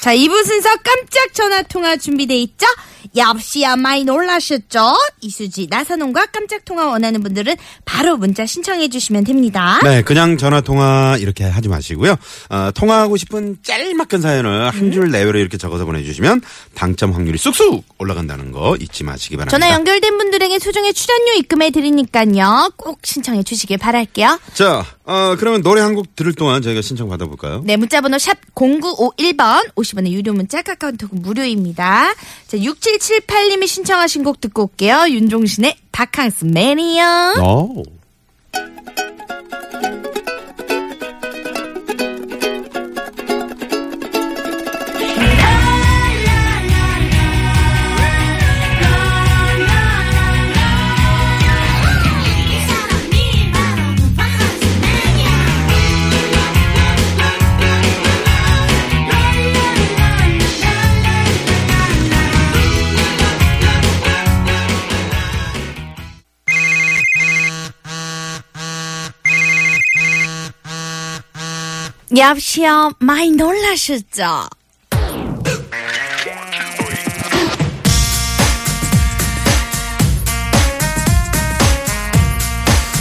자, 2부 순서 깜짝 전화 통화 준비돼 있죠? 역시야 많이 놀라셨죠? 이수지, 나선홍과 깜짝 통화 원하는 분들은 바로 문자 신청해 주시면 됩니다. 네, 그냥 전화 통화 이렇게 하지 마시고요. 어, 통화하고 싶은 짤막한 사연을 음. 한 줄 내외로 이렇게 적어서 보내주시면 당첨 확률이 쑥쑥 올라간다는 거 잊지 마시기 바랍니다. 전화 연결된 분들에게 소정의 출연료 입금해 드리니까요. 꼭 신청해 주시길 바랄게요. 자, 어, 그러면 노래 한 곡 들을 동안 저희가 신청 받아볼까요? 네, 문자번호 샵 0951번, 50원의 유료 문자, 카카오톡 무료입니다. 자, 6778님이 신청하신 곡 듣고 올게요. 윤종신의 바캉스 매니어. No. 여보세요. 많이 놀라셨죠?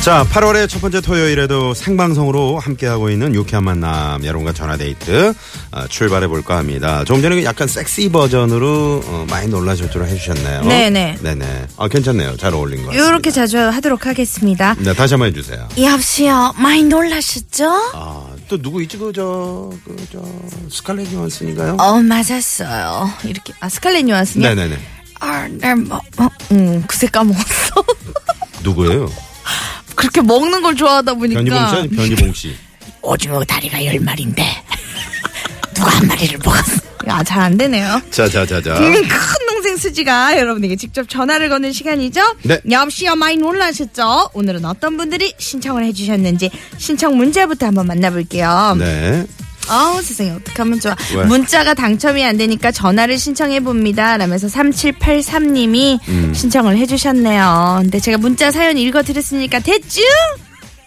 자, 8월의 첫 번째 토요일에도 생방송으로 함께하고 있는 유쾌한 만남, 여러분과 전화데이트 어, 출발해볼까 합니다. 조금 전에 그 약간 섹시 버전으로 어, 많이 놀라셨죠? 해주셨네요. 네네. 네네. 아, 괜찮네요. 잘 어울린 것 같아요. 요렇게 자주 하도록 하겠습니다. 네, 다시 한번 해주세요. 여보세요. 많이 놀라셨죠? 아, 또 누구 있지? 그, 저, 그, 저, 스칼렛 요한슨인가요? 어, 맞았어요. 이렇게. 아, 스칼렛 요한슨요? 네네네. 아, 날 먹, 어? 응, 그새 까먹었어. 누구예요? 그렇게 먹는 걸 좋아하다 변희봉 씨, 보니까. 아니 변희봉 씨. 오징어 다리가 열 마리인데. 누가 한 마리를 먹었어. 아, 잘 안 되네요. 자자자자. 음, 큰 동생 수지가 여러분에게 직접 전화를 거는 시간이죠. 네. 역시요 많이 놀라셨죠? 오늘은 어떤 분들이 신청을 해주셨는지 신청 문제부터 한번 만나볼게요. 네. 아우 세상에 어떡하면 좋아. 왜? 문자가 당첨이 안 되니까 전화를 신청해 봅니다. 라면서 3783님이 신청을 해주셨네요. 근데 제가 문자 사연 읽어드렸으니까 대충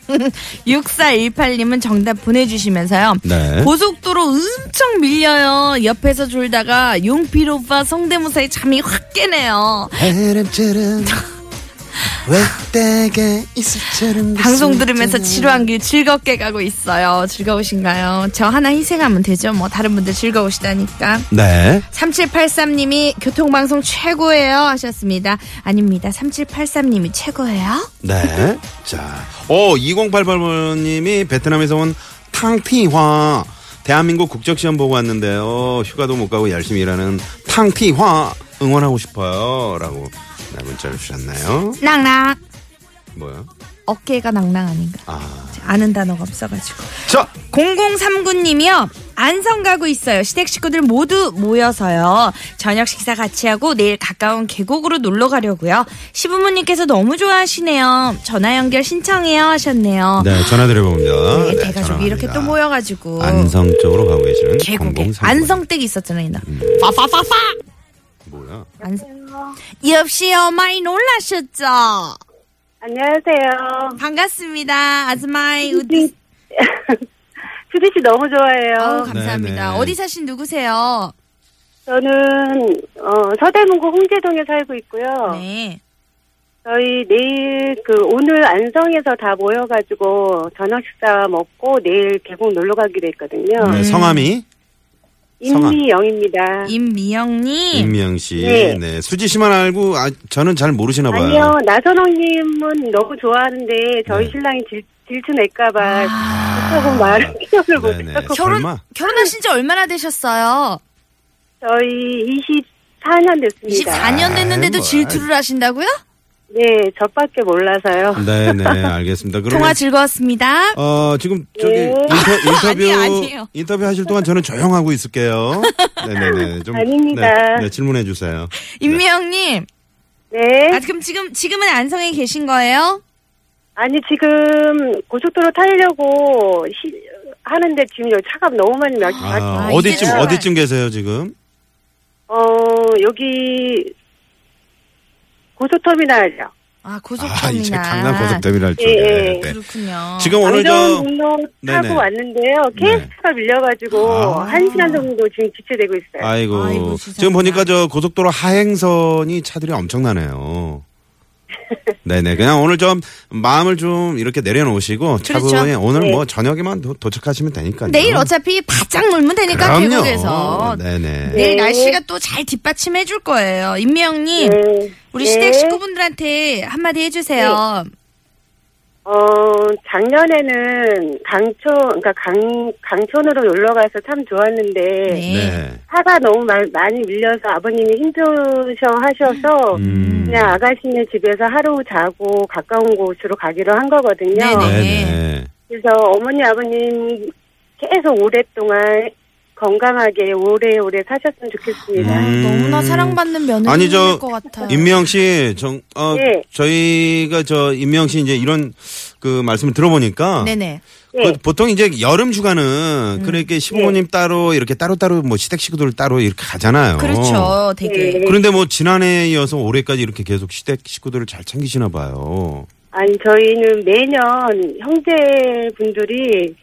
6418님은 정답 보내주시면서요. 네. 고속도로 엄청 밀려요. 옆에서 졸다가 용필 오빠 성대모사에 잠이 확 깨네요. 바람처럼 외대가 이슬처럼 방송 들으면서 지루한 길 즐겁게 가고 있어요. 즐거우신가요? 저 하나 희생하면 되죠. 뭐 다른 분들 즐거우시다니까. 네. 3783님이 교통방송 최고예요 하셨습니다. 아닙니다. 3783님이 최고예요? 네. 자, 오 2088번님이 베트남에서 온 탕티화. 대한민국 국적시험 보고 왔는데요. 휴가도 못 가고 열심히 일하는 탕티화 응원하고 싶어요. 라고 네, 문자를 주셨나요? 낭낭. 뭐야? 어깨가 낭낭 아닌가? 아. 아는 단어가 없어가지고. 자! 0039님이요. 안성 가고 있어요. 시댁 식구들 모두 모여서요. 저녁 식사 같이 하고 내일 가까운 계곡으로 놀러 가려고요. 시부모님께서 너무 좋아하시네요. 전화 연결 신청해요 하셨네요. 네, 전화드려봅니다. 네, 네, 어. 대가족이 이렇게 전화갑니다. 또 모여가지고 안성 쪽으로 가고 계시는 계곡에 0039. 안성댁이 있었잖아요. 나. 뭐야? 역시요 많이 놀라셨죠? 안녕하세요. 음, 반갑습니다. 아즈마이 우디. 수지 씨 너무 아우, 좋아해요. 어, 감사합니다. 네네. 어디 사신 누구세요? 저는 어, 서대문구 홍제동에 살고 있고요. 네. 저희 내일 그 오늘 안성에서 다 모여가지고 저녁 식사 먹고 내일 계곡 놀러 가기로 했거든요. 네, 성함이? 성함. 임미영입니다. 임미영님. 임미영 씨. 네. 네. 수지 씨만 알고, 아, 저는 잘 모르시나 봐요. 아니요 나선홍님은 너무 좋아하는데 저희 네. 신랑이 질, 질투낼까봐 아. 조금 말을 기억을 네네. 못해요. 결혼 설마? 결혼하신 지 얼마나 되셨어요? 저희 24년 됐습니다. 24년 됐는데도 아이, 뭐. 질투를 하신다고요? 네 저밖에 몰라서요. 네네, 알겠습니다. 그러면 통화 즐거웠습니다. 어, 지금 저기 예. 인터, 아니에요, 인터뷰 아니에요. 인터뷰 하실 동안 저는 조용하고 있을게요. 네네네. 좀 아닙니다. 네, 네, 질문해 주세요. 임미영님. 네. 아, 그럼 지금 지금은 안성에 계신 거예요? 아니 지금 고속도로 타려고 시- 하는데 지금 여기 차가 너무 많이 막 아, 막- 아, 어디쯤 이제는- 어디쯤 계세요, 지금? 어 여기 고속터미널이요. 아, 고속터미널. 아, 이제 강남 고속터미널 쪽에. 예, 예. 네. 그렇군요. 지금 오늘 저 안전북로 타고 네네. 왔는데요. 네. KTX가 밀려가지고 아. 한 시간 정도 지금 지체되고 있어요. 아이고. 아이고, 지금 세상에. 보니까 저 고속도로 하행선이 차들이 엄청나네요. 네네. 그냥 오늘 좀 마음을 좀 이렇게 내려놓으시고 그렇죠. 차분히 오늘 네. 뭐 저녁에만 도, 도착하시면 되니까요. 내일 어차피 바짝 놀면 되니까 그럼요. 계곡에서 네네. 내일 날씨가 또 잘 뒷받침해 줄 거예요. 임미영님, 네. 우리 네. 시댁 식구분들한테 한마디 해주세요. 어 작년에는 강촌 그러니까 강 강촌으로 놀러 가서 참 좋았는데 네. 차가 너무 마- 많이 밀려서 아버님이 힘드셔 하셔서 음. 그냥 아가씨네 집에서 하루 자고 가까운 곳으로 가기로 한 거거든요. 네네. 네네. 그래서 어머니 아버님 계속 오랫동안 건강하게 오래오래 사셨으면 좋겠습니다. 음. 아, 너무나 사랑받는 며느리일 아니, 저 것 같아요. 임명 씨, 정, 어, 네. 저희가 저 임명 씨 이제 이런 그 말씀을 들어보니까 네네. 음. 네. 네. 그 보통 이제 여름 휴가는 그렇게 시부모님 따로 이렇게 따로따로 뭐 시댁 식구들 따로 이렇게 가잖아요. 그렇죠. 되게. 네. 그런데 뭐 지난해에 이어서 올해까지 이렇게 계속 시댁 식구들을 잘 챙기시나 봐요. 아니 저희는 매년 형제분들이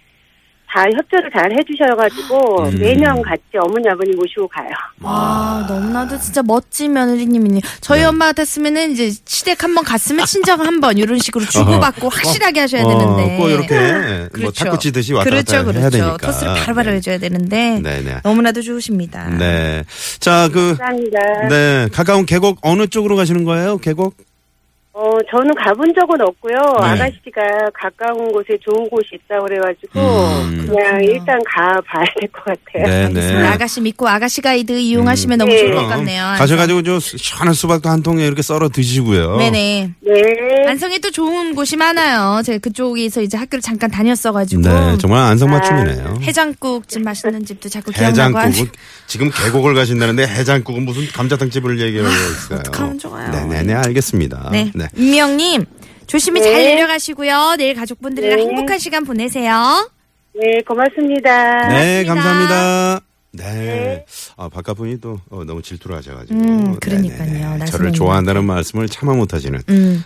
다 협조를 잘 해주셔가지고 음. 매년 같이 어머니 아버님 모시고 가요. 아, 너무나도 진짜 멋진 며느리님이니. 네. 저희 엄마 같았으면은 이제 시댁 한번 갔으면 친정 한번 이런 식으로 주고받고 확실하게 하셔야 되는데. 어. 꼭 이렇게 뭐 탁구 치듯이 왔다 갔다 그렇죠, 그렇죠. 해야 되니까. 네, 토스를 바로바로 해줘야 되는데. 네네. 너무나도 좋으십니다. 네. 자, 그, 감사합니다. 네. 가까운 계곡 어느 쪽으로 가시는 거예요? 계곡? 어, 어, 저는 가본 적은 없고요. 네. 아가씨가 가까운 곳에 좋은 곳이 있다고 그래가지고, 음. 그냥 일단 가봐야 될 것 같아요. 네, 알겠습니다. 아가씨 믿고 아가씨 가이드 이용하시면 너무 좋을 것 네, 그럼 같네요. 음. 어, 가셔가지고 저 시원한 수박도 한 통에 이렇게 썰어 드시고요. 네네. 네. 안성에 또 좋은 곳이 많아요. 제가 그쪽에서 이제 학교를 잠깐 다녔어가지고. 네, 정말 안성맞춤이네요. 음. 아, 해장국집 맛있는 집도 자꾸 기억나고 하네. 해장국은 지금 계곡을 가신다는데 해장국은 무슨 감자탕 집을 얘기하고 있어요. 어떡하면 좋아요. 네네네 알겠습니다. 네. 임미영님, 조심히 잘 내려가시고요. 내일 가족분들이랑 네. 행복한 시간 보내세요. 네, 고맙습니다. 고맙습니다. 네, 감사합니다. 네. 아, 바깥 분이 또 어, 너무 질투를 하셔가지고. 음, 그러니까요. 네네네. 나선홍님. 저를 좋아한다는 말씀을 참아 못하시는. 아, 음.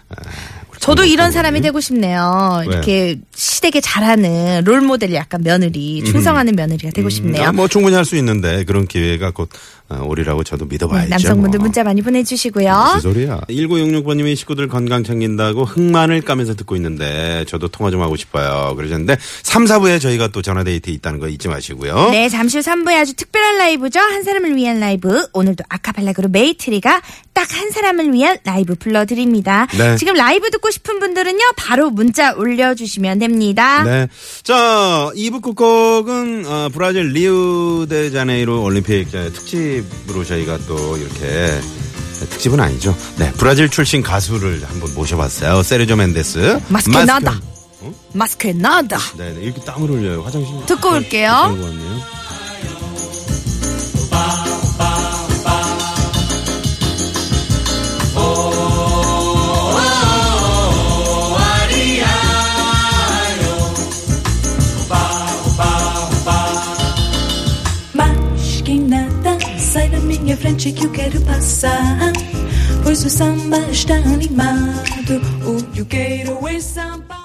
그렇죠. 저도 이런 못하고 사람이 되고 싶네요. 왜요? 음. 이렇게 시댁에 잘하는 롤 모델 약간 며느리, 충성하는 며느리가 되고 싶네요. 아, 뭐 충분히 할 수 있는데 그런 기회가 곧 어, 오리라고 저도 믿어봐야죠. 네, 남성분들 뭐. 음, 문자 어? 많이 보내주시고요. 무슨 소리야? 1966번님이 식구들 건강 챙긴다고 흑마늘 까면서 듣고 있는데 저도 통화 좀 하고 싶어요. 그러셨는데 3, 4부에 저희가 또 전화데이트 있다는 거 잊지 마시고요. 네, 잠시 후 3부에 아주 특별한 라이브죠. 한 사람을 위한 라이브. 오늘도 아카펠라 그룹 메이트리가 딱 한 사람을 위한 라이브 불러드립니다. 네. 지금 라이브 듣고 싶은 분들은요, 바로 문자 올려주시면 됩니다. 네. 자, 2부 끝곡은 어, 브라질 리우데자네이루 올림픽 어, 특집으로 저희가 또 이렇게 특집은 아니죠. 네. 브라질 출신 가수를 한번 모셔봤어요. 세르조 멘데스. 마스크 마스크- 나다. 마스크에 나다. 네, 네. 이렇게 땀을 흘려요. 화장실. 네, 듣고 올게요. 들고 왔네요. Mas que nada, sai da minha frente que eu quero passar. Pois o samba está animado. O que eu quero é samba.